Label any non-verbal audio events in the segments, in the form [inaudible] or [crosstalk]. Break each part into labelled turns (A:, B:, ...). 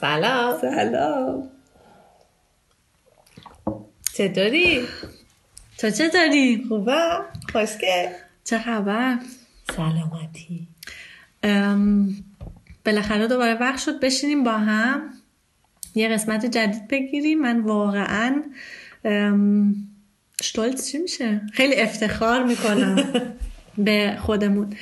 A: سلام
B: سلام
A: چطوری؟
B: تو چطوری؟
A: خوبم؟ خوشگل
B: چه خبر؟
A: سلامتی
B: ام، بالاخره دوباره وقت شد بشینیم با هم یه قسمت جدید بگیریم من واقعا ام، شتولز چی میشه؟ خیلی افتخار میکنم به خودمون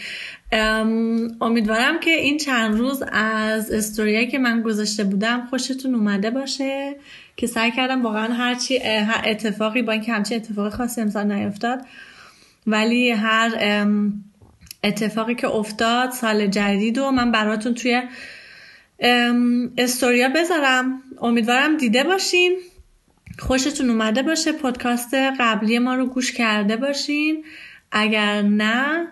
B: ام، امیدوارم که این چند روز از استوریایی که من گذاشته بودم خوشتون اومده باشه که سعی کردم واقعا هرچی هر اتفاقی با اینکه همچین اتفاق خاصی امسال نیفتاد ولی هر ام، اتفاقی که افتاد سال جدید و من براتون توی ام، استوریا بذارم امیدوارم دیده باشین خوشتون اومده باشه پادکست قبلی ما رو گوش کرده باشین اگر نه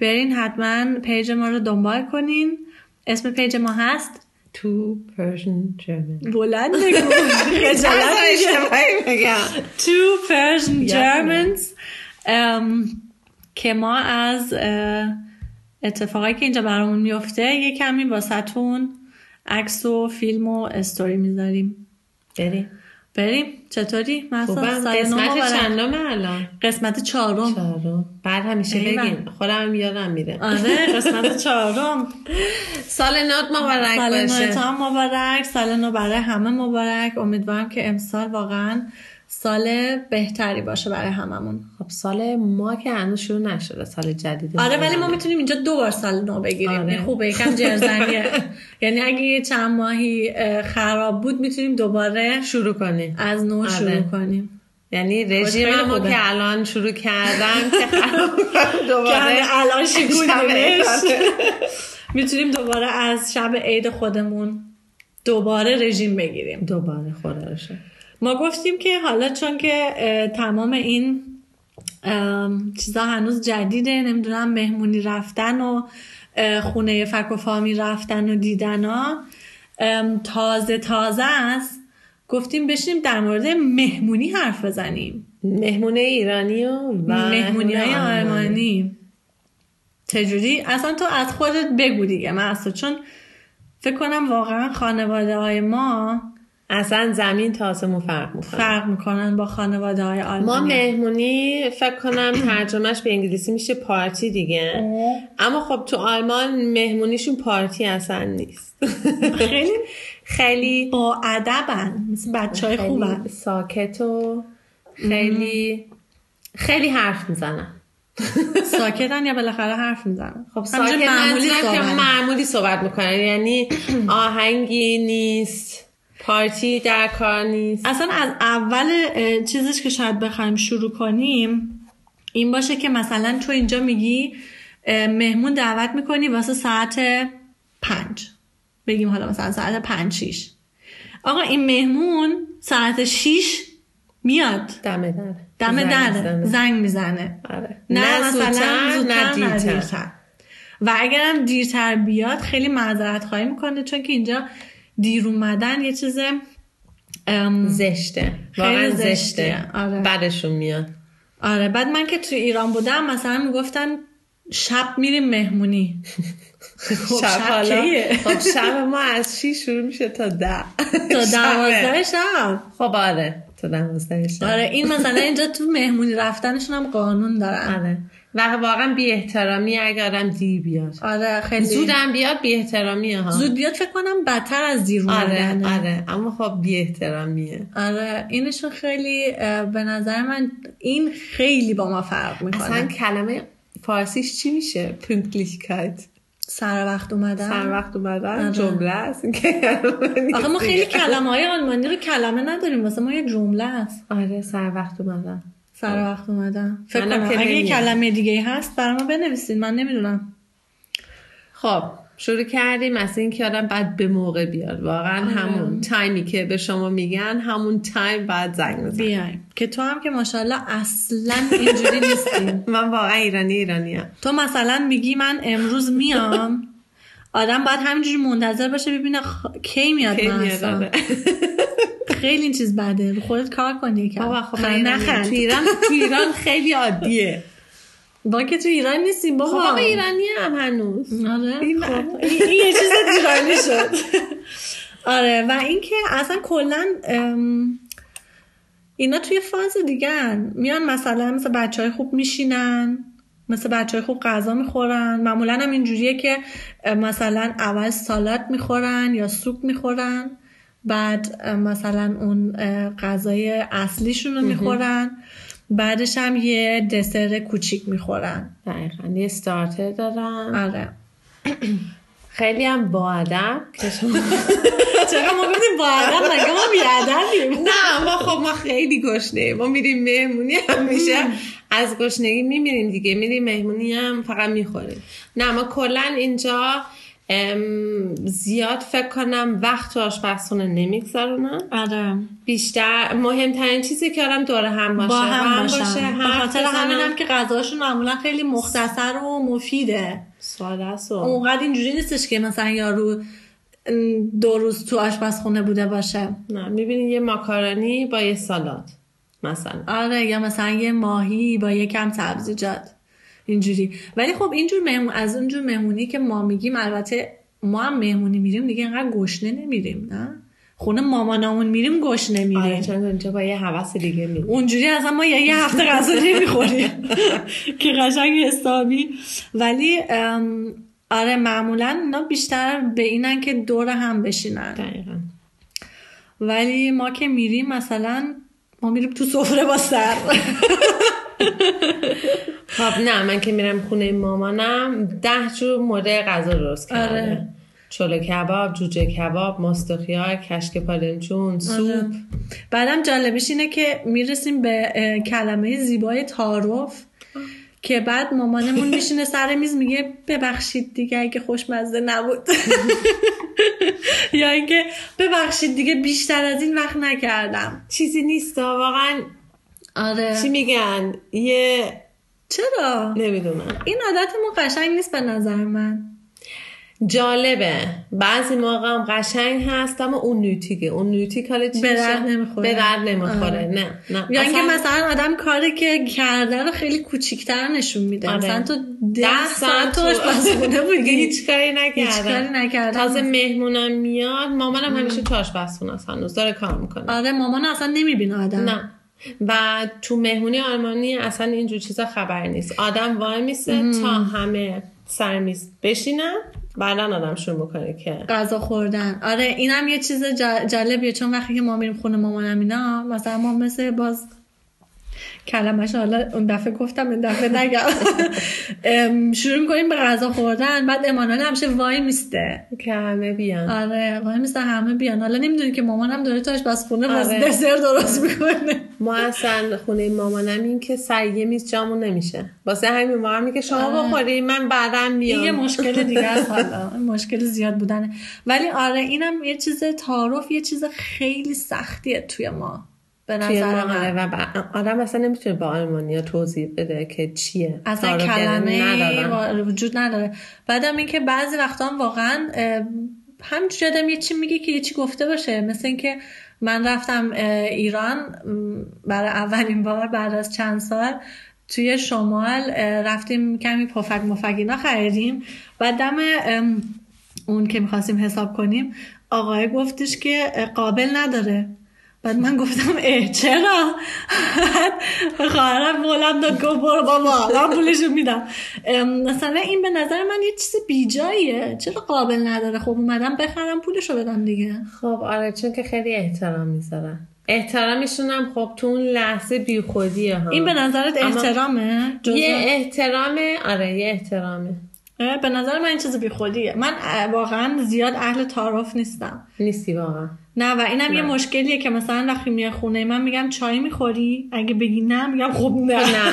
B: برین حتما پیج ما رو دنبال کنین اسم پیج ما هست
A: تو پرژن جرمن
B: بلند بگو خجالت می‌کشم. تو پرژن Germans ام، که ما از اه، اتفاقایی که اینجا برامون میفته یه کمی واسهتون عکس و فیلم و استوری میذاریم
A: بریم
B: بریم چطوری مثلا
A: خوبم قسمت چندمه الان
B: قسمت چهارم
A: چهارم بعد همیشه
B: ایول.
A: بگین خودم هم یادم میره
B: آره
A: [laughs]
B: قسمت چهارم
A: سال نوت مبارک
B: سال نو
A: باشه
B: تو هم مبارک سال نو برای همه مبارک امیدوارم که امسال واقعا سال بهتری باشه برای هممون
A: خب سال ما که هنوز شروع نشده سال جدید
B: آره ولی ما میتونیم اینجا دو بار سال نو بگیریم
A: آره.
B: این خوبه یکم جرزنیه
A: [laughs]
B: یعنی اگه یه چند ماهی اه، خراب بود میتونیم دوباره
A: شروع کنیم
B: از نو
A: آره.
B: شروع کنیم
A: یعنی رژیم
B: خب، خیلی
A: ما
B: خوبه.
A: که الان شروع کردم که
B: [laughs]
A: خراب کنم دوباره
B: که الان شیکون
A: شب
B: نمیشه.
A: عید. آره.
B: [laughs] میتونیم دوباره از شب عید خودمون دوباره رژیم بگیریم
A: دوباره خدا رو شکر.
B: ما گفتیم که حالا چون که اه، تمام این ام، چیزا هنوز جدیده نمیدونم مهمونی رفتن و اه، خونه فک و فامی رفتن و دیدن ها ام، تازه تازه است گفتیم بشینیم در مورد مهمونی حرف بزنیم
A: مهمونه ایرانی و و
B: مهمونی های
A: آلمانی.
B: آلمانی چجوری اصلا تو از خودت بگو دیگه من اصلا چون فکر کنم واقعا خانواده های ما
A: اصلا زمین تا آسمون فرق میکنه
B: فرق میکنن با خانواده های آلمانی
A: ما مهمونی فکر کنم ترجمهش به انگلیسی میشه پارتی دیگه اما خب تو آلمان مهمونیشون پارتی اصلا نیست [laughs]
B: خیلی
A: خیلی
B: با ادبن مثل بچه های خوبن
A: خیلی ساکت و خیلی خیلی حرف میزنن
B: ساکتن یا بالاخره حرف میزنن خب
A: ساکت
B: همینجور معمولی
A: منظورم که
B: صحبت.
A: معمولی صحبت میکنن
B: [clears throat]
A: یعنی آهنگی نیست پارتی در کار نیست
B: اصلا از اول اه، چیزش که شاید بخوایم شروع کنیم این باشه که مثلا تو اینجا میگی اه، مهمون دعوت میکنی واسه ساعت پنج بگیم حالا مثلا ساعت پنج شیش آقا این مهمون ساعت شیش میاد
A: دم در
B: دم
A: زنگ
B: در
A: میزنه.
B: زنگ میزنه
A: آره.
B: نه,
A: نه
B: مثلا
A: زودتر، نه
B: زودتر، نه
A: دیرتر.
B: دیرتر. و اگرم دیرتر بیاد خیلی معذرت خواهی میکنه چون که اینجا دیر اومدن یه چیز ام،
A: زشته واقعا
B: زشته.
A: زشته
B: آره.
A: بعدشون میاد
B: آره بعد من که تو ایران بودم مثلا میگفتن شب میریم مهمونی خب شب کیه؟
A: خب شب ما از 6 شروع میشه تا ده
B: [laughs] تا
A: [laughs] شبه.
B: دوازده شب
A: خب آره تا دوازده شب
B: آره این مثلا اینجا تو مهمونی رفتنشون هم قانون دارن
A: آره و واقعا بی احترامی اگه آدم دیر بیاد
B: آره خیلی
A: زودم بیاد بی احترامیه ها
B: زود بیاد فکر کنم بدتر از دیر
A: آره
B: اومدنه.
A: آره اما خب بی احترامیه
B: آره اینشون خیلی اه، به نظر من این خیلی با ما فرق
A: اصلا
B: میکنه
A: کلمه فارسیش چی میشه پünktlichkeit
B: سر وقت اومدن
A: هر وقت اومدن
B: آره.
A: جمله است [laughs] که
B: آخه ما خیلی کلمه های آلمانی رو کلمه نداریم واسه ما یه جمله است
A: آره سر وقت اومدن
B: سر وقت اومدن فکر
A: منم
B: کنم
A: که
B: اگه یه
A: نمی‌دونم.
B: کلمه دیگه هست برای ما بنویسید من نمیدونم
A: خب شروع کردیم از اینکه آدم بعد به موقع بیاد واقعا
B: آره.
A: همون تایمی که به شما میگن همون تایم بعد زنگ بزن
B: بیایم که تو هم که ماشاءالله اصلا اینجوری نیستی
A: من واقعا ایرانی ایرانی هم.
B: تو مثلا میگی من امروز میام آدم باید همینجوری منتظر باشه ببینه خ- کی میاد من اصلا.
A: آره.
B: خیلی این چیز بده رو خودت کار کنی یکم.
A: بابا [laughs] خب من
B: خند-
A: ایرانی.
B: نخند
A: تو ایران تو ایران خیلی عادیه خب،
B: با که تو ایران نیستیم خب، بابا
A: بابا ایرانی هم هنوز
B: آره
A: این-
B: خب. این این یه چیز ایرانی شد آره و اینکه اصلا کلا ام، اینا توی فاز دیگه میان مثلا مثل بچه های خوب میشینن مثل بچه های خوب غذا میخورن معمولا هم اینجوریه که اه، مثلا اول سالاد میخورن یا سوپ میخورن بعد اه، مثلا اون اه، غذای اصلیشون رو میخورن بعدش هم یه دسر کوچیک میخورن
A: دقیقا یه ستارتر دارم
B: آره
A: خیلی هم با ادب که شما
B: چرا ما گفتیم با ادب مگه ما بیادبیم
A: نه ما خب ما خیلی گشنه ما میریم مهمونی همیشه از گشنگی میمیریم دیگه میریم مهمونی هم فقط میخوریم نه ما کلا اینجا ام، زیاد فکر کنم وقت تو آشپزخونه نمیگذرونم
B: آره
A: بیشتر مهمترین چیزی که آدم دور هم باشه
B: با هم
A: باشه
B: باشن به
A: حرف
B: خاطر
A: بزنن.
B: همین هم که غذاشون معمولا خیلی مختصر و مفیده
A: ساده است و
B: اونقدر اینجوری نیستش که مثلا یارو م، دو روز تو آشپزخونه بوده باشه
A: نه میبینی یه ماکارونی با یه سالاد مثلا
B: آره یا مثلا یه ماهی با یه کم سبزیجات اینجوری ولی خب اینجور مهمون از اونجور مهمونی که ما میگیم البته ما هم مهمونی میریم دیگه انقدر گشنه نمیریم نه خونه مامانامون میریم گشنه
A: آره
B: میریم
A: چون اینجا با یه حوث دیگه میریم
B: اونجوری اصلا ما یه, یه هفته غذا نمیخوریم که قشنگ حسابی ولی ام، آره معمولا اینا بیشتر به اینن که دور هم بشینن
A: دقیقا
B: ولی ما که میریم مثلا ما میریم تو سفره با سر
A: خب نه من که میرم خونه مامانم ده جور مورد غذا درست کرده
B: آره.
A: چلو کباب جوجه کباب مستخیار کشک
B: آره.
A: پالمچون سوپ
B: بعدم جالبش اینه که میرسیم به اه، کلمه زیبای تعارف که
A: [laughs]
B: بعد مامانمون میشینه سر میز میگه ببخشید دیگه اگه خوشمزه
A: [laughs]
B: نبود یا اینکه ببخشید دیگه بیشتر از این وقت نکردم
A: چیزی نیست ها، واقعا
B: آره
A: چی میگن یه
B: چرا
A: نمیدونم
B: این عادتمون قشنگ نیست به نظر من
A: جالبه بعضی موقع هم قشنگ هست اما اون نوتیکه اون نوتیک حالا چی
B: به
A: میشه؟
B: درد نمیخوره.
A: به درد نمیخوره
B: آره.
A: نه نه
B: یا اینکه
A: اصلا
B: مثلا آدم کاری که کرده رو خیلی کوچیکتر نشون میده
A: آره.
B: مثلا تو ده ساعت تو
A: [laughs]
B: آشپزخونه بودی
A: هیچ کاری
B: هیچ کاری
A: نکردم
B: نکردم
A: تازه مهمونم میاد مامانم همیشه تو آشپزخونه است هنوز داره کار میکنه
B: آره مامان اصلا نمیبینه آدم
A: نه و تو مهمونی آلمانی اصلا اینجور چیزا خبر نیست آدم وای میسه تا همه سر میز بشینن بعدا آدم شروع میکنه که
B: غذا خوردن آره اینم یه چیز جا- جالبیه چون وقتی که ما میریم خونه مامانم اینا مثلا ما مثل باز کلمش حالا اون دفعه گفتم این دفعه نگم
A: [laughs]
B: ام، شروع میکنیم به غذا خوردن بعد امانان همیشه وای میسته
A: که همه بیان
B: آره وای میسته همه بیان حالا نمیدونی که مامانم داره تاش بس خونه
A: آره.
B: دسر درست میکنه
A: ما اصلا خونه مامانم این که سر یه میز جامون نمیشه واسه همین مامانم میگه شما بخوری من بعدا میام
B: یه مشکل دیگه است حالا این مشکل زیاد بودنه ولی آره اینم یه چیز تعارف یه چیز خیلی سختیه توی ما
A: [laughs]
B: به
A: توی
B: نظر
A: ما آره
B: من
A: و ب- آدم اصلا نمیتونه با آلمانیا توضیح بده که چیه
B: اصلا
A: تعارف
B: کلمه
A: ندارن.
B: وا- وجود نداره بعدم اینکه بعضی وقتا هم واقعا اه، همینجوری آدم یه چی میگه که یه چی گفته باشه مثل اینکه من رفتم اه، ایران م، برای اولین بار بعد از چند سال توی شمال اه، رفتیم کمی پفک مفک اینا خریدیم و دم ام، اون که میخواستیم حساب کنیم آقای گفتش که اه، قابل نداره بعد من گفتم اه چرا بعد خواهرم بلند داد گفت برو بابا من پولشو میدم ام، مثلا این به نظر من یه چیز بیجاییه چرا قابل نداره خب اومدم بخرم پولشو بدم دیگه
A: خب آره چون که خیلی احترام میذارن احترامشون هم خب تو اون لحظه بیخودیه ها
B: این به نظرت
A: اما-
B: احترامه جزء-
A: یه احترامه آره یه احترامه
B: اه، به نظر من این چیز بیخودیه من اه، واقعا زیاد اهل تعارف نیستم
A: نیستی واقعا
B: نه و اینم یه مشکلیه که مثلا وقتی میای خونه من میگم چای میخوری اگه بگی نه میگم خب نه [laughs]
A: نه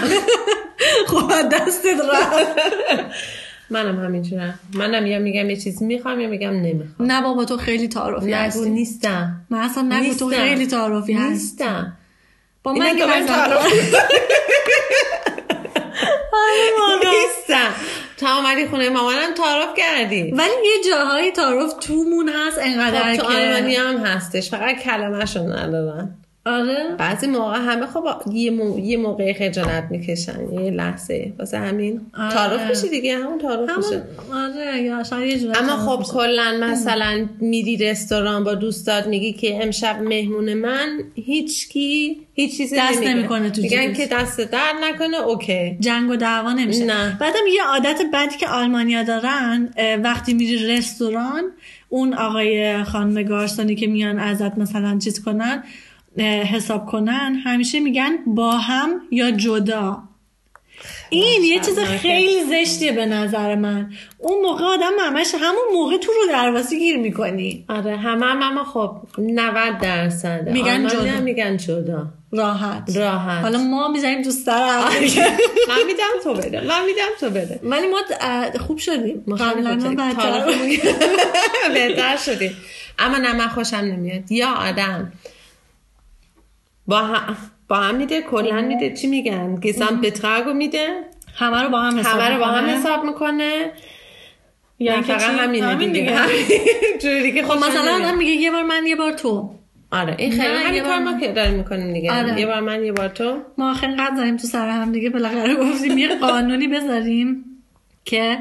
B: خب از دستت رفت
A: منم همینجورم منم یا میگم یه چیز میخوام یا میگم نمیخوام
B: نه بابا تو خیلی تعارفی
A: نگو
B: هستی
A: نیستم
B: من اصلا خب، نگو تو
A: نیستم.
B: خیلی تعارفی هست
A: نیستم
B: با
A: اینه
B: من
A: که
B: که
A: من
B: مثلا- [laughs]
A: تعارف-
B: آره.
A: نیستم تا اومدی خونه مامانم تعارف کردی
B: ولی یه جاهای تعارف تومون هست
A: خب
B: انقدر
A: تو
B: که
A: آلمانی هم هستش فقط کلمهشون ندارن
B: آره
A: بعضی موقع همه خب یه, مو... یه موقع خجالت میکشن یه لحظه واسه همین
B: آره.
A: تعارف میشه دیگه همون تعارف میشه
B: همون آره یا شاید یه جورایی
A: اما
B: تمام
A: خب
B: میشه.
A: کلا مثلا میری رستوران با دوستات میگی که امشب مهمون من هیچکی هیچ چیزی
B: دست
A: نمیگیره.
B: نمیکنه تو
A: میگن
B: جیبش.
A: که دست در نکنه اوکی
B: جنگ و دعوا نمیشه
A: نه.
B: بعدم یه عادت بدی که آلمانیا دارن اه، وقتی میری رستوران اون آقای خانم گارسونی که میان ازت مثلا چیز کنن اه، حساب کنن همیشه میگن با هم یا جدا این یه چیز
A: شرمناکه.
B: خیلی زشتیه به نظر من اون موقع آدم همش همون موقع تو رو درواسی گیر میکنی
A: آره همه هم اما خب 90 درصد
B: میگن
A: آلمانی هم
B: جدا.
A: میگن جدا
B: راحت
A: راحت.
B: حالا ما میزنیم تو سر هم.
A: من میدم تو بده من میدم تو بده
B: [laughs] ولی ما اه، خوب شدیم
A: ما خیلی
B: قبلا ما
A: خوب شدیم.
B: بدتر
A: تعارفمون
B: [laughs]
A: بهتر شدیم اما نه من خوشم نمیاد یا آدم با هم با هم میده کلا
B: خب.
A: میده چی میگن گسام بتراگو میده
B: همه رو با هم حساب
A: همه رو با هم
B: می‌کنه.
A: حساب میکنه
B: یعنی
A: یا
B: که
A: فقط
B: چی؟
A: همینه
B: همین
A: دیگه
B: دیگه.
A: همین. [laughs] جوری که
B: خب
A: خوشم
B: مثلا
A: نمیاد.
B: آدم میگه یه بار من یه بار تو
A: آره این خیلی
B: نه، یه
A: همین
B: بار
A: کار ما
B: من.
A: که داریم میکنیم دیگه
B: آره.
A: یه بار من یه بار تو
B: ما آخر قد زدیم تو سر هم دیگه بالاخره گفتیم یه قانونی بذاریم که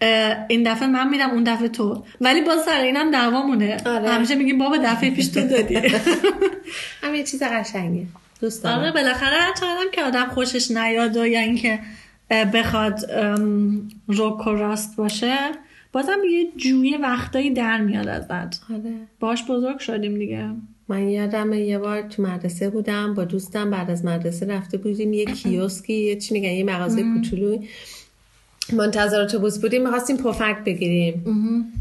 B: اه، این دفعه من میدم اون دفعه تو ولی باز سر اینم دعوامونه
A: آره.
B: همیشه میگیم بابا دفعه پیش تو
A: [laughs]
B: دادی
A: هم یه چیز قشنگه دوست دارم
B: آره بالاخره هر چقدرم که آدم خوشش نیاد و یا اینکه اه، بخواد ام، رک و راست باشه بازم یه جوی وقتایی در میاد ازت
A: آره.
B: باش بزرگ شدیم دیگه
A: من یادم یه بار تو مدرسه بودم با دوستم بعد از مدرسه رفته بودیم یه کیوسکی یه چی میگن یه مغازه کوچولو منتظر اتوبوس بودیم میخواستیم پفک بگیریم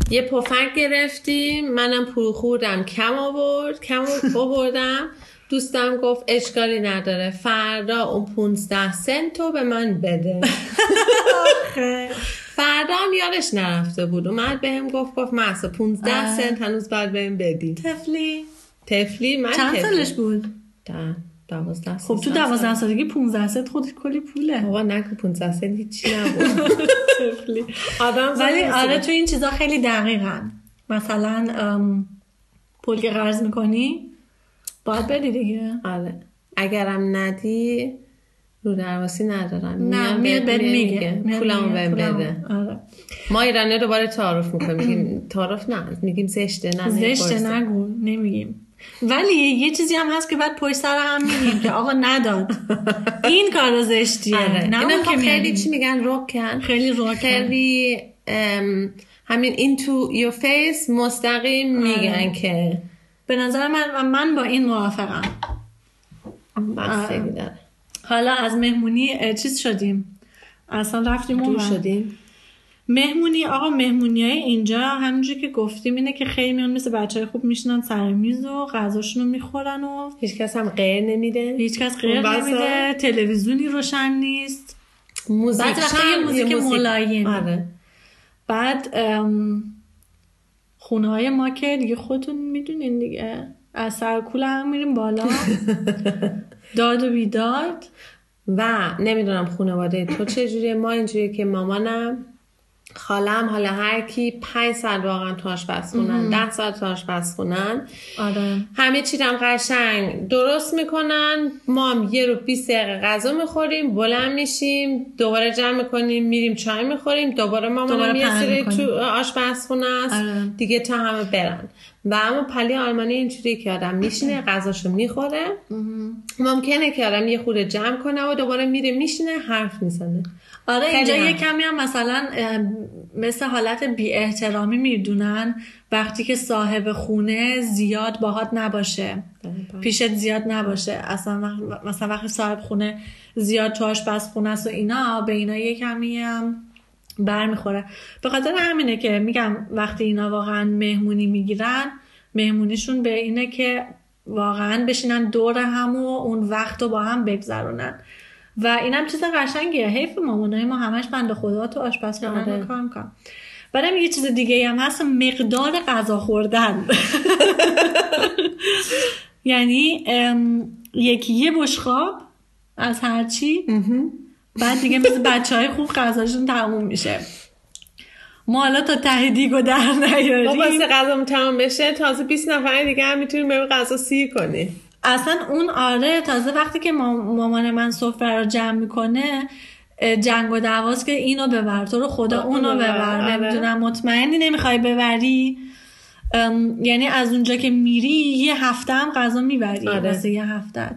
A: یه پفک گرفتیم منم پول خوردم کم آورد کم آوردم دوستم گفت اشکالی نداره فردا اون 15 سنت رو به من بده فردا هم یادش نرفته بود اومد بهم گفت گفت محسا 15
B: آه.
A: سنت هنوز باید بهم بدی
B: تفلی
A: تفلی من
B: چند
A: تفلی.
B: سالش بود
A: ده- دوازده
B: خب تو دوازده سالگی 15 سنت خودت کلی پوله
A: بابا نکن 15 سنت هیچی
B: [laughs]
A: نبود آدم
B: ولی
A: زن
B: آره
A: رسیده.
B: تو این چیزا خیلی دقیقن مثلا ام، پول که قرض میکنی باید بدی دیگه
A: آره اگرم ندی رو درواسی ندارم
B: نه
A: میام
B: میاد
A: بهت
B: بهت میگه میاد
A: پولمو
B: میگه،
A: بهم
B: پولمو.
A: بده
B: آره.
A: ما ایرانی دوباره تعارف میکنیم میگیم تعارف نه میگیم زشته نه
B: زشته
A: میپرسیم.
B: نگو نمیگیم ولی یه چیزی هم هست که بعد پشت سر هم میگیم که آقا
A: [laughs]
B: نداد این کار زشتیه
A: آره اینا
B: نه اون
A: خب
B: که
A: خیلی
B: خیلی
A: چی میگن روکن
B: خیلی راکن
A: خیلی ام، همین این تو یور فیس مستقیم
B: آره.
A: میگن که
B: به نظر من من با این موافقم آره.
A: بستگی داره
B: حالا از مهمونی اه، چیز شدیم اصلا رفتیم
A: دور
B: اون
A: شدیم
B: مهمونی آقا مهمونی های اینجا همونجور که گفتیم اینه که خیلی میان مثل بچه های خوب میشنن سر میز و غذاشون رو میخورن و
A: هیچکس هم غیر نمیده
B: هیچکس غیر
A: اون وسط.
B: نمیده تلویزیونی روشن نیست
A: موزیک
B: بعضی وقتا
A: چند
B: یه موزیک ملایم.
A: آره
B: بعد خونه های ما که دیگه خودتون میدونین دیگه از سرکول هم
A: [laughs]
B: میریم بالا داد و بیداد
A: و نمیدونم خانواده تو چجوریه ما اینجوریه که مامانم خالم حالا هر کی 5 ساعت واقعا تو آشپزخونن 10 ساعت تو آشپزخونن
B: آره
A: همه چیدم قشنگ درست میکنن ما هم یه رو 20 دقیقه غذا میخوریم بلند میشیم دوباره جمع میکنیم میریم چای میخوریم دوباره مامانم
B: دوباره
A: یه
B: پهن
A: سری
B: می‌کنیم.
A: تو آشپزخونه است
B: آره.
A: دیگه تا همه برن و اما پلی آلمانی اینجوری که آدم میشینه غذاشو میخوره ممکنه که آدم یه خورده جمع کنه و دوباره میره میشینه حرف میزنه
B: آره
A: خیلی
B: اینجا
A: هم.
B: یه کمی هم مثلا اه، مثل حالت بی احترامی میدونن وقتی که صاحب خونه زیاد باهات نباشه پیشت زیاد نباشه اصلا وقت- مثلا وقتی صاحب خونه زیاد تو آشپز خونه است و اینا به اینا یه کمی هم برمیخوره به خاطر همینه که میگم وقتی اینا واقعا مهمونی میگیرن مهمونیشون به اینه که واقعا بشینن دور هم و اون وقت رو با هم بگذرونن و اینم چیز قشنگیه حیف مامانای ما همش بنده خدا تو آشپز
A: آره.
B: کار میکنن برم یه چیز دیگه هم هست مقدار غذا خوردن [laughs] یعنی ام، یکی یه بشخاب از هرچی بعد دیگه مثل بچه های خوب غذاشون تموم میشه ما حالا تا ته دیگو در
A: ما
B: نیاریم
A: خب، واسه غذا تمام بشه تازه 20 نفر دیگه هم میتونیم بریم غذا سیر کنیم
B: اصلا اون آره تازه وقتی که ما- مامان من سفره رو جمع میکنه جنگ و دعواست که اینو ببر تو رو خدا اونو
A: اونو ببر،
B: ببر
A: آره.
B: نمیدونم مطمئنی نمیخوای ببری ام، یعنی از اونجا که میری یه هفته هم غذا میبری
A: آره.
B: واسه یه هفتت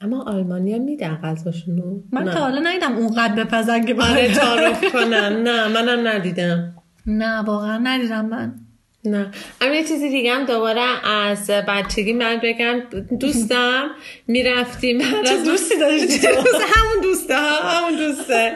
A: اما آلمانیا میدن غذاشونو
B: من
A: نه.
B: تا حالا ندیدم اونقدر بپزن که
A: آره
B: بخوای-
A: [laughs] تعارف کنن نه منم ندیدم
B: نه واقعا ندیدم من
A: نه اما یه چیزی دیگه هم دوباره از بچگی من بگم دوستم میرفتیم بعد از
B: دوستی
A: [laughs]
B: داشتی
A: چه دوست- همون دوسته ها همون دوسته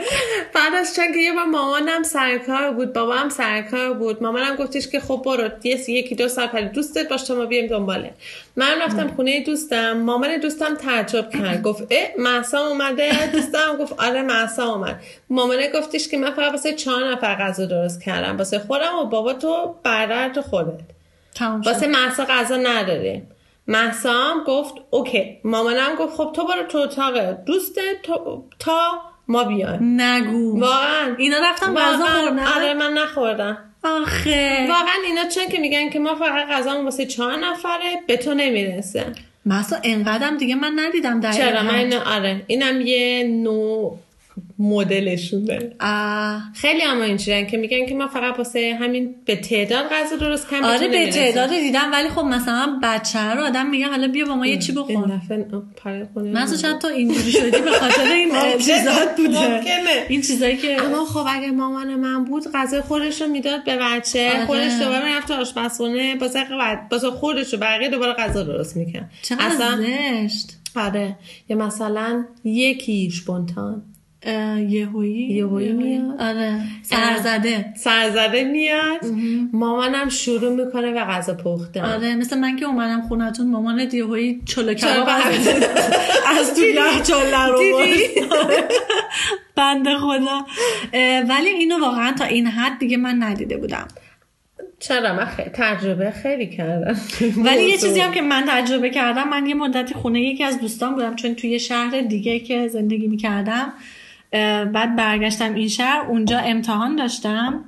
A: بعد از چند که یه بار مامانم سرکار بود بابام سرکار بود مامانم گفتش که خب برو یه- یکی دو ساعت پری دوستت باش تا ما بیایم دنباله من رفتم خونه دوستم مامان دوستم تعجب کرد گفت اه محسا اومده دوستم گفت آره محسا اومد مامانه گفتش که من فقط واسه چهار نفر غذا درست کردم واسه خودم و بابا تو برادر تو خودت
B: تموم شد
A: واسه محسا غذا نداره محسا هم گفت اوکی مامانم گفت خب تو برو تو اتاق دوستت تو- تا ما بیایم
B: نگو
A: واقعا
B: اینا رفتن غذا
A: واقعاً. آره
B: خوردن
A: من نخوردم
B: آخه
A: واقعا اینا چون که میگن که ما فقط غذامون واسه چهار نفره به تو نمیرسه
B: مثلا انقدرم دیگه من ندیدم دقیقا
A: چرا من اینو- آره اینم یه نوع مدلشونه
B: آه.
A: خیلی هم اینجورن که میگن که ما فقط واسه همین به تعداد غذا درست کنیم
B: آره به تعداد دیدم ولی خب مثلا بچه رو آدم میگه حالا بیا با ما یه چی بخور من اصلا شاید تو اینجوری شدی به
A: [laughs]
B: خاطر این
A: ممکنه،
B: چیزات بوده
A: ممکنه.
B: این چیزایی که
A: اما خب اگه مامان من بود غذا خودش رو میداد به بچه
B: آره.
A: خودش دوباره میرفت آشپزخونه بازه بازه خودش و بقیه دوباره غذا درست میکرد
B: چقدر زشت
A: آره یا مثلا یکی شپونتان
B: اه، یهویی
A: یهویی میاد.
B: آره سرزده
A: سرزده میاد مامانم شروع میکنه به غذا پختن
B: آره مثل من که اومدم خونتون مامانت یهویی چلو
A: چرا
B: کباب
A: به
B: از-
A: همین-
B: [laughs] از تو لحجاله رو
A: دیدی؟ [laughs]
B: برد. بنده خدا اه، ولی اینو واقعا تا این حد دیگه من ندیده بودم
A: چرا من خیلی تجربه خیلی کردم
B: [laughs] ولی یه
A: موضوع.
B: چیزی هم که من تجربه کردم من یه مدتی خونه یکی از دوستان بودم چون توی یه شهر دیگه که زندگی میکردم بعد برگشتم این شهر اونجا امتحان داشتم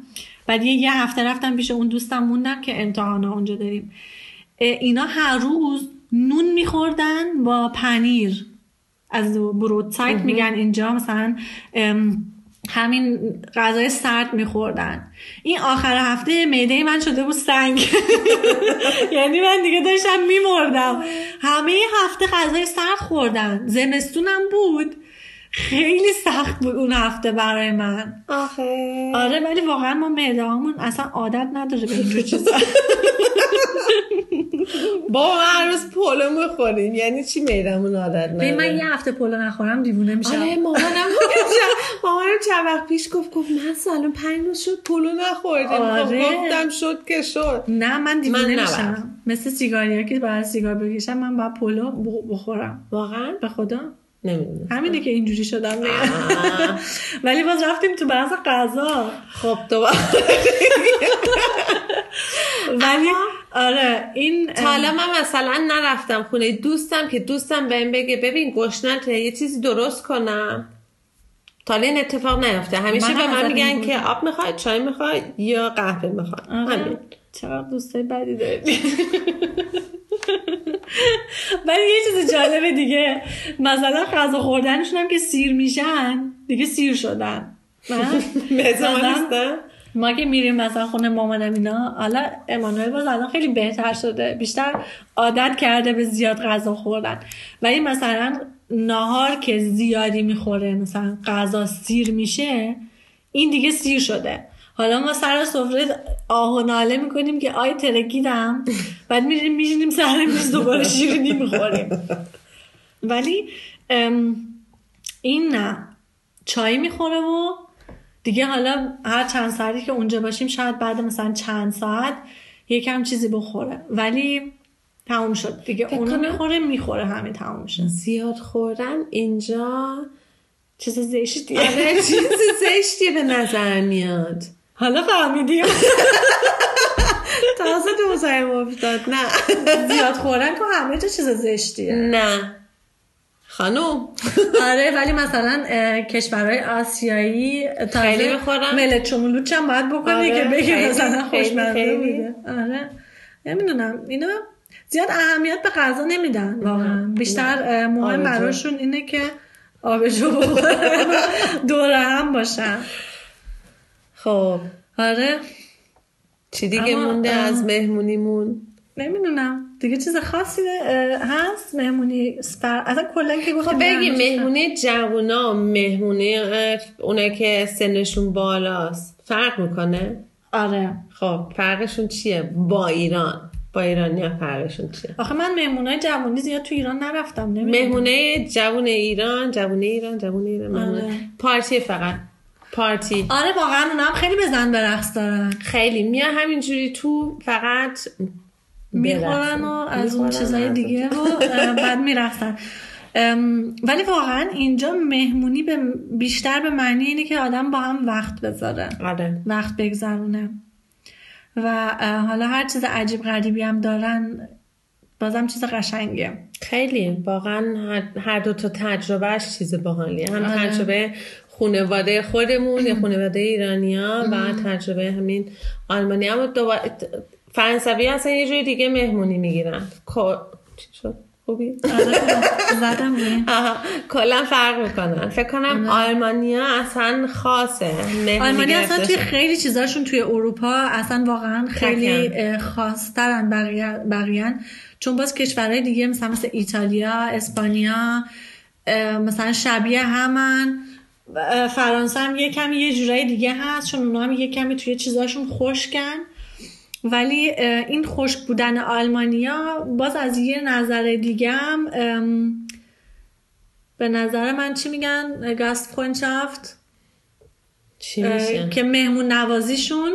B: بعد یه, یه هفته رفتم پیش اون دوستم موندم که امتحان اونجا داریم اه، اینا هر روز نون میخوردن با پنیر از برود سایت میگن اینجا مثلا ام، همین غذای سرد میخوردن این آخر هفته معده من شده بود سنگ [laughs] یعنی من دیگه داشتم میمردم همه هفته غذای سرد خوردن زمستونم بود خیلی سخت بود اون هفته برای من
A: آخه
B: آره ولی واقعا ما معده هامون اصلا عادت نداره به اینجور چیزا
A: با ما هر روز پلو میخوریم یعنی چی میدمون عادت
B: [laughs] ببین،
A: نداره؟
B: من یه هفته پلو نخورم دیوونه میشم
A: آره مامانم چ- مامانم چند وقت پیش گفت گفت من سالم پنج روز شد پلو نخوردم
B: آره.
A: گفتم شد که شد
B: نه من
A: من
B: دیوونه
A: نبرم.
B: میشم مثل سیگاریا که باید سیگار بکشم من باید پلو ب- بخورم
A: واقعا
B: به خدا
A: نمیدونم
B: همینه که اینجوری شدم دیگه. [laughs] ولی باز رفتیم تو بحث غذا
A: خب
B: [laughs]
A: دوباره
B: ولی آره این
A: تا حالا من مثلا نرفتم خونه دوستم که دوستم بهم بگه ببین گشنته یه چیزی درست کنم تا حالا این اتفاق نیفته همیشه
B: منم
A: به
B: ازت
A: من میگن
B: اینجوری.
A: که آب میخواد چای میخواد یا قهوه میخواد همین [laughs]
B: آره. چقدر دوستای بدی داری [laughs] ولی یه چیز جالب دیگه مثلا غذا خوردنشون هم که سیر میشن دیگه سیر شدن نه؟
A: مثل
B: [laughs] مثلا
A: من نیستم
B: ما که میریم مثلا خونه مامانم اینا حالا امانوئل باز الان خیلی بهتر شده بیشتر عادت کرده به زیاد غذا خوردن ولی مثلا ناهار که زیادی میخوره مثلا غذا سیر میشه این دیگه سیر شده حالا ما سر سفره آه و ناله میکنیم که آی ترکیدم بعد میریم میشینیم سر میز دوباره شیرینی میخوریم ولی ام، این نه چای میخوره و دیگه حالا هر چند ساعتی که اونجا باشیم شاید بعد مثلا چند ساعت یکم چیزی بخوره ولی تموم شد دیگه اونو
A: کنم.
B: میخوره میخوره همین تموم شد
A: زیاد خوردن اینجا
B: چیز زشتی [laughs]
A: آره چیز زشتی به نظر میاد
B: حالا فهمیدیم
A: تازه دوزایم افتاد نه
B: زیاد خوردن که همه جا چیز زشتیه
A: نه خانوم
B: آره ولی مثلا اه، کشورهای آسیایی تازه
A: خیلی می‌خورن.
B: ملت چمولوچ هم باید بکنی
A: آره،
B: که بگه
A: خیلی،
B: مثلا
A: خیلی،
B: خوشمزه
A: خیلی.
B: بوده آره نمیدونم اینا زیاد اهمیت به غذا نمیدن واقعا بیشتر اه، مهم
A: آبجو.
B: براشون اینه که آبجو
A: [laughs]
B: بخورن و دور هم باشن
A: خب
B: آره
A: چی دیگه
B: اما،
A: مونده
B: اه.
A: از مهمونیمون
B: نمیدونم دیگه چیز خاصی اه، هست مهمونی سپر اصلا کلا که گفتم
A: خب بگیم
B: مهمونی-
A: مهمونی جوونا مهمونی اه، اونایی که سنشون بالاست فرق میکنه
B: آره
A: خب فرقشون چیه با ایران با ایرانی ها فرقشون چیه
B: آخه من مهمونای جوونی زیاد تو ایران نرفتم نمیدونم
A: مهمونه جوون ایران جوون ایران جوون ایران مهمونه.
B: آره.
A: پارتی فقط پارتی
B: آره واقعا اونا هم خیلی بزن به رقص دارن
A: خیلی میان همینجوری تو فقط
B: میخورن و از اون
A: می‌خورن
B: چیزای
A: از
B: دیگه و اه، بعد میرقصن ام، ولی واقعا اینجا مهمونی به بیشتر به معنی اینه که آدم با هم وقت بذاره
A: آره
B: وقت بگذرونه و اه، حالا هر چیز عجیب غریبی هم دارن بازم چیز قشنگه
A: [laughs] خیلی واقعا هر- هر دو تا تجربهش چیز باحالیه هم
B: آره.
A: تجربه خانواده خودمون یا خانواده ایرانیا و تجربه همین آلمانی هم و دوباره فرانسوی اصلا یه جوری دیگه مهمونی میگیرن چی شد خوبی
B: آره، زدم به این.
A: آها، کلا فرق میکنن فکر کنم آلمانیا اصلا خاصه مهمونی
B: آلمانی آره. اصلا
A: گرفتنشون.
B: توی خیلی چیزاشون توی اروپا اصلا واقعا خیلی
A: ککن.
B: اه، خاصترن بقیه بقیه‌ن. چون باز کشورهای دیگه مثلا مثل ایتالیا اسپانیا اه، مثلا شبیه همن اه، فرانسه هم یه کمی یه جورای دیگه هست چون اونا هم یه کمی توی چیزاشون خشکن ولی اه، این خشک بودن آلمانیا باز از یه نظر دیگه هم ام، به نظر من چی میگن گاست کنچافت
A: چی
B: اه،
A: میشه؟
B: که مهمون نوازیشون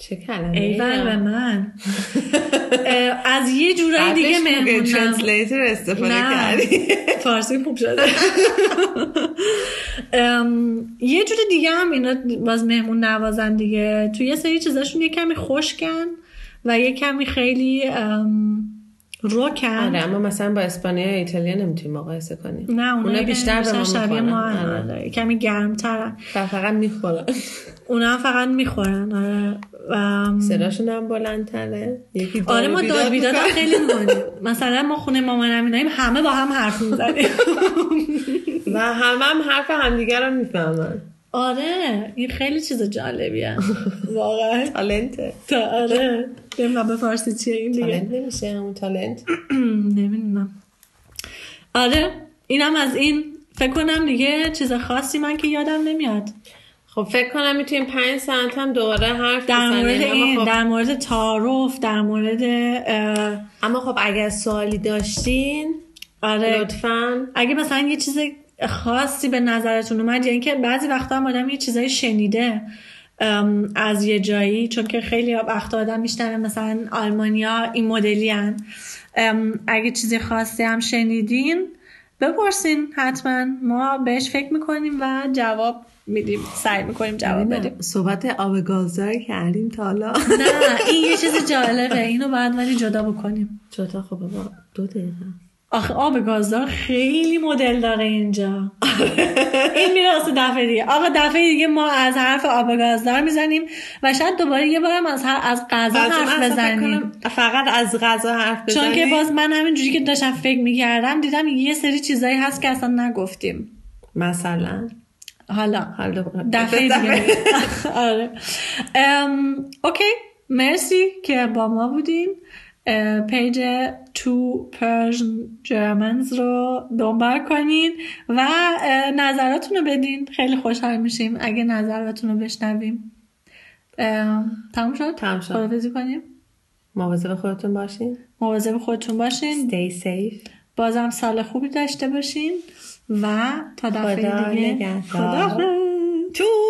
A: چه کلمه
B: ای بر
A: [laughs]
B: به من اه، از یه جورایی دیگه مهمون نواز-
A: ترنسلیتر استفاده
B: نه
A: کردی
B: فارسی خوب شده [laughs] ام، یه جور دیگه هم اینا باز مهمون نوازن دیگه توی یه سری چیزاشون یه کمی خشکن و یه کمی خیلی ام، روکن
A: آره اما مثلا با اسپانیا و ایتالیا نمیتونیم مقایسه کنیم
B: نه اونا,
A: اونا
B: یه کمی
A: بیشتر به ما
B: شبیه
A: می‌خورن.
B: ما
A: آره.
B: آره. یه کمی گرمترن
A: و فقط
B: [laughs]
A: میخورن
B: اونا هم فقط میخورن آره ام،
A: صداشون هم بلندتره یکی داد
B: آره ما
A: بیداد
B: داد بیداد هم
A: می‌کنه.
B: خیلی می‌کنیم مثلا ما خونه مامانم ایناییم همه با هم حرف [laughs] میزنیم
A: و همه هم حرف همدیگر رو میفهمن
B: آره این خیلی چیز جالبیه [laughs] واقعا
A: تالنته
B: تا آره نمی‌دونم به فارسی چیه این دیگه
A: تالنت نمیشه همون تالنت
B: آره. [clears throat] نمیدونم آره اینم از این فکر کنم دیگه چیز خاصی من که یادم نمیاد
A: خب فکر کنم میتونیم پنج ساعت هم دوباره حرف
B: در
A: بزنیم.
B: مورد
A: اما
B: این
A: خب-
B: در مورد تعارف در مورد اه،
A: اما خب اگر سوالی داشتین
B: آره
A: لطفا
B: اگه مثلا یه چیز خاصی به نظرتون اومد یا اینکه بعضی وقتا هم آدم یه چیزایی شنیده ام، از یه جایی چون که خیلی وقتا آدم میشنوه مثلا آلمانیا این مدلی هن. ام، اگه چیز خاصی هم شنیدین بپرسین حتما ما بهش فکر میکنیم و جواب میدیم سعی میکنیم جواب بدیم
A: صحبت آب گازدار کردیم تا حالا
B: نه این یه چیز جالبه اینو باید ولی جدا بکنیم
A: جدا خب بابا دو دقیقه
B: آخه آب گازدار خیلی مدل داره اینجا این میره واسه دفعه دیگه آقا دفعه دیگه ما از حرف آب گازدار میزنیم و شاید دوباره یه بارم از هر- از غذا
A: غذا
B: حرف
A: اصلا فکر
B: بزنیم
A: کنم فقط از غذا حرف بزنیم
B: چون که باز من همینجوری که داشتم فکر میکردم دیدم یه سری چیزایی هست که اصلا نگفتیم
A: مثلا
B: حالا
A: حالا دوباره.
B: دفعه دیگه [laughs]
A: دفعه.
B: آره ام، اوکی مرسی که با ما بودین اه، پیج تو Persian Germans رو دنبال کنین و اه، نظراتون رو بدین خیلی خوشحال میشیم اگه نظراتون رو بشنویم ام، تموم شد؟
A: تموم شد.
B: خداحافظی کنیم
A: مواظب خودتون باشین
B: مواظب خودتون باشین
A: stay safe
B: بازم سال خوبی داشته باشین و تا دفعه
A: خدا
B: دیگه
A: نگهدار.
B: خدا
A: چون